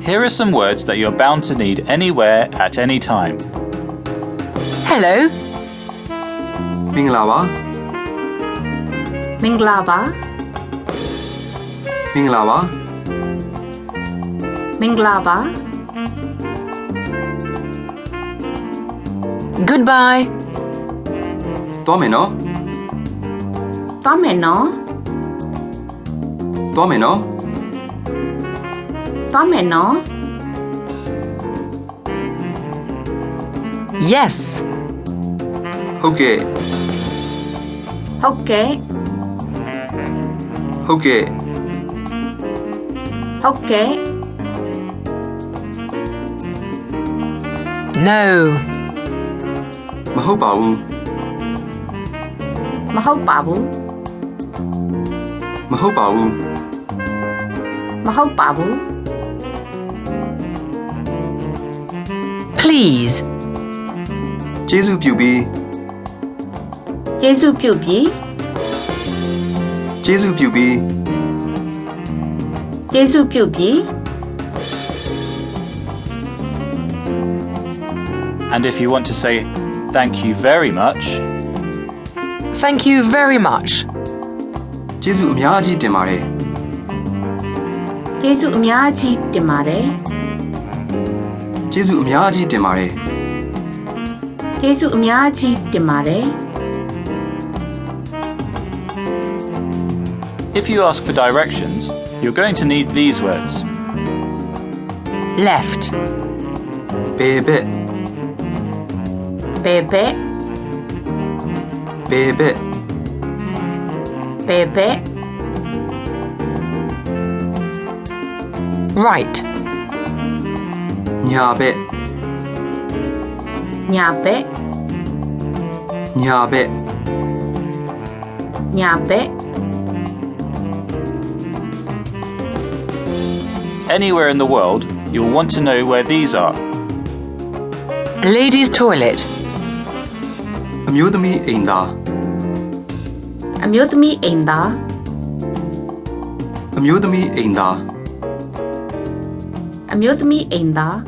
Here are some words that you're bound to need anywhere at any time. Hello, မင်္ဂလာပါ Minglava, မင်္ဂလာပါ Minglava. Goodbye, သွားမယ်နော် Tameno, သွားမယ်နော် Tameno. Yes, ဟုတ်ကဲ့ okay, ဟုတ်ကဲ့ okay. No, မဟုတ်ပါဘူး Mahobabu, မဟုတ်ပါဘူး Mahobabu. Please, ကျေးဇူးပြုပြီး Jesu Pubi, ကျေးဇူးပြုပြီး Jesu Pubi. And if you want to say thank you very much, Thank you very much. ကျေးဇူးအများကြီးတင်ပါတယ် ကျေးဇူးအများကြီးတင်ပါတယ် ကျေးဇူးအများကြီးတင်ပါတယ် ။ကျေးဇူးအများကြီးတင်ပါတယ် if you ask for directions, you're going to need these words. ။ left ဘယ်ဘက် ဘယ်ဘက် ဘယ်ဘက် ဘယ်ဘက် right ညာဘက် ညာဘက် ညာဘက် ညာဘက် Anywhere in the world, you'll want to know where these are. ladies toilet အမျိုးသမီးအိမ်သာ အမျိုးသမီးအိမ်သား အမျိုးသမီးအိမ်သာ အမျိုးသမီးအိမ်သား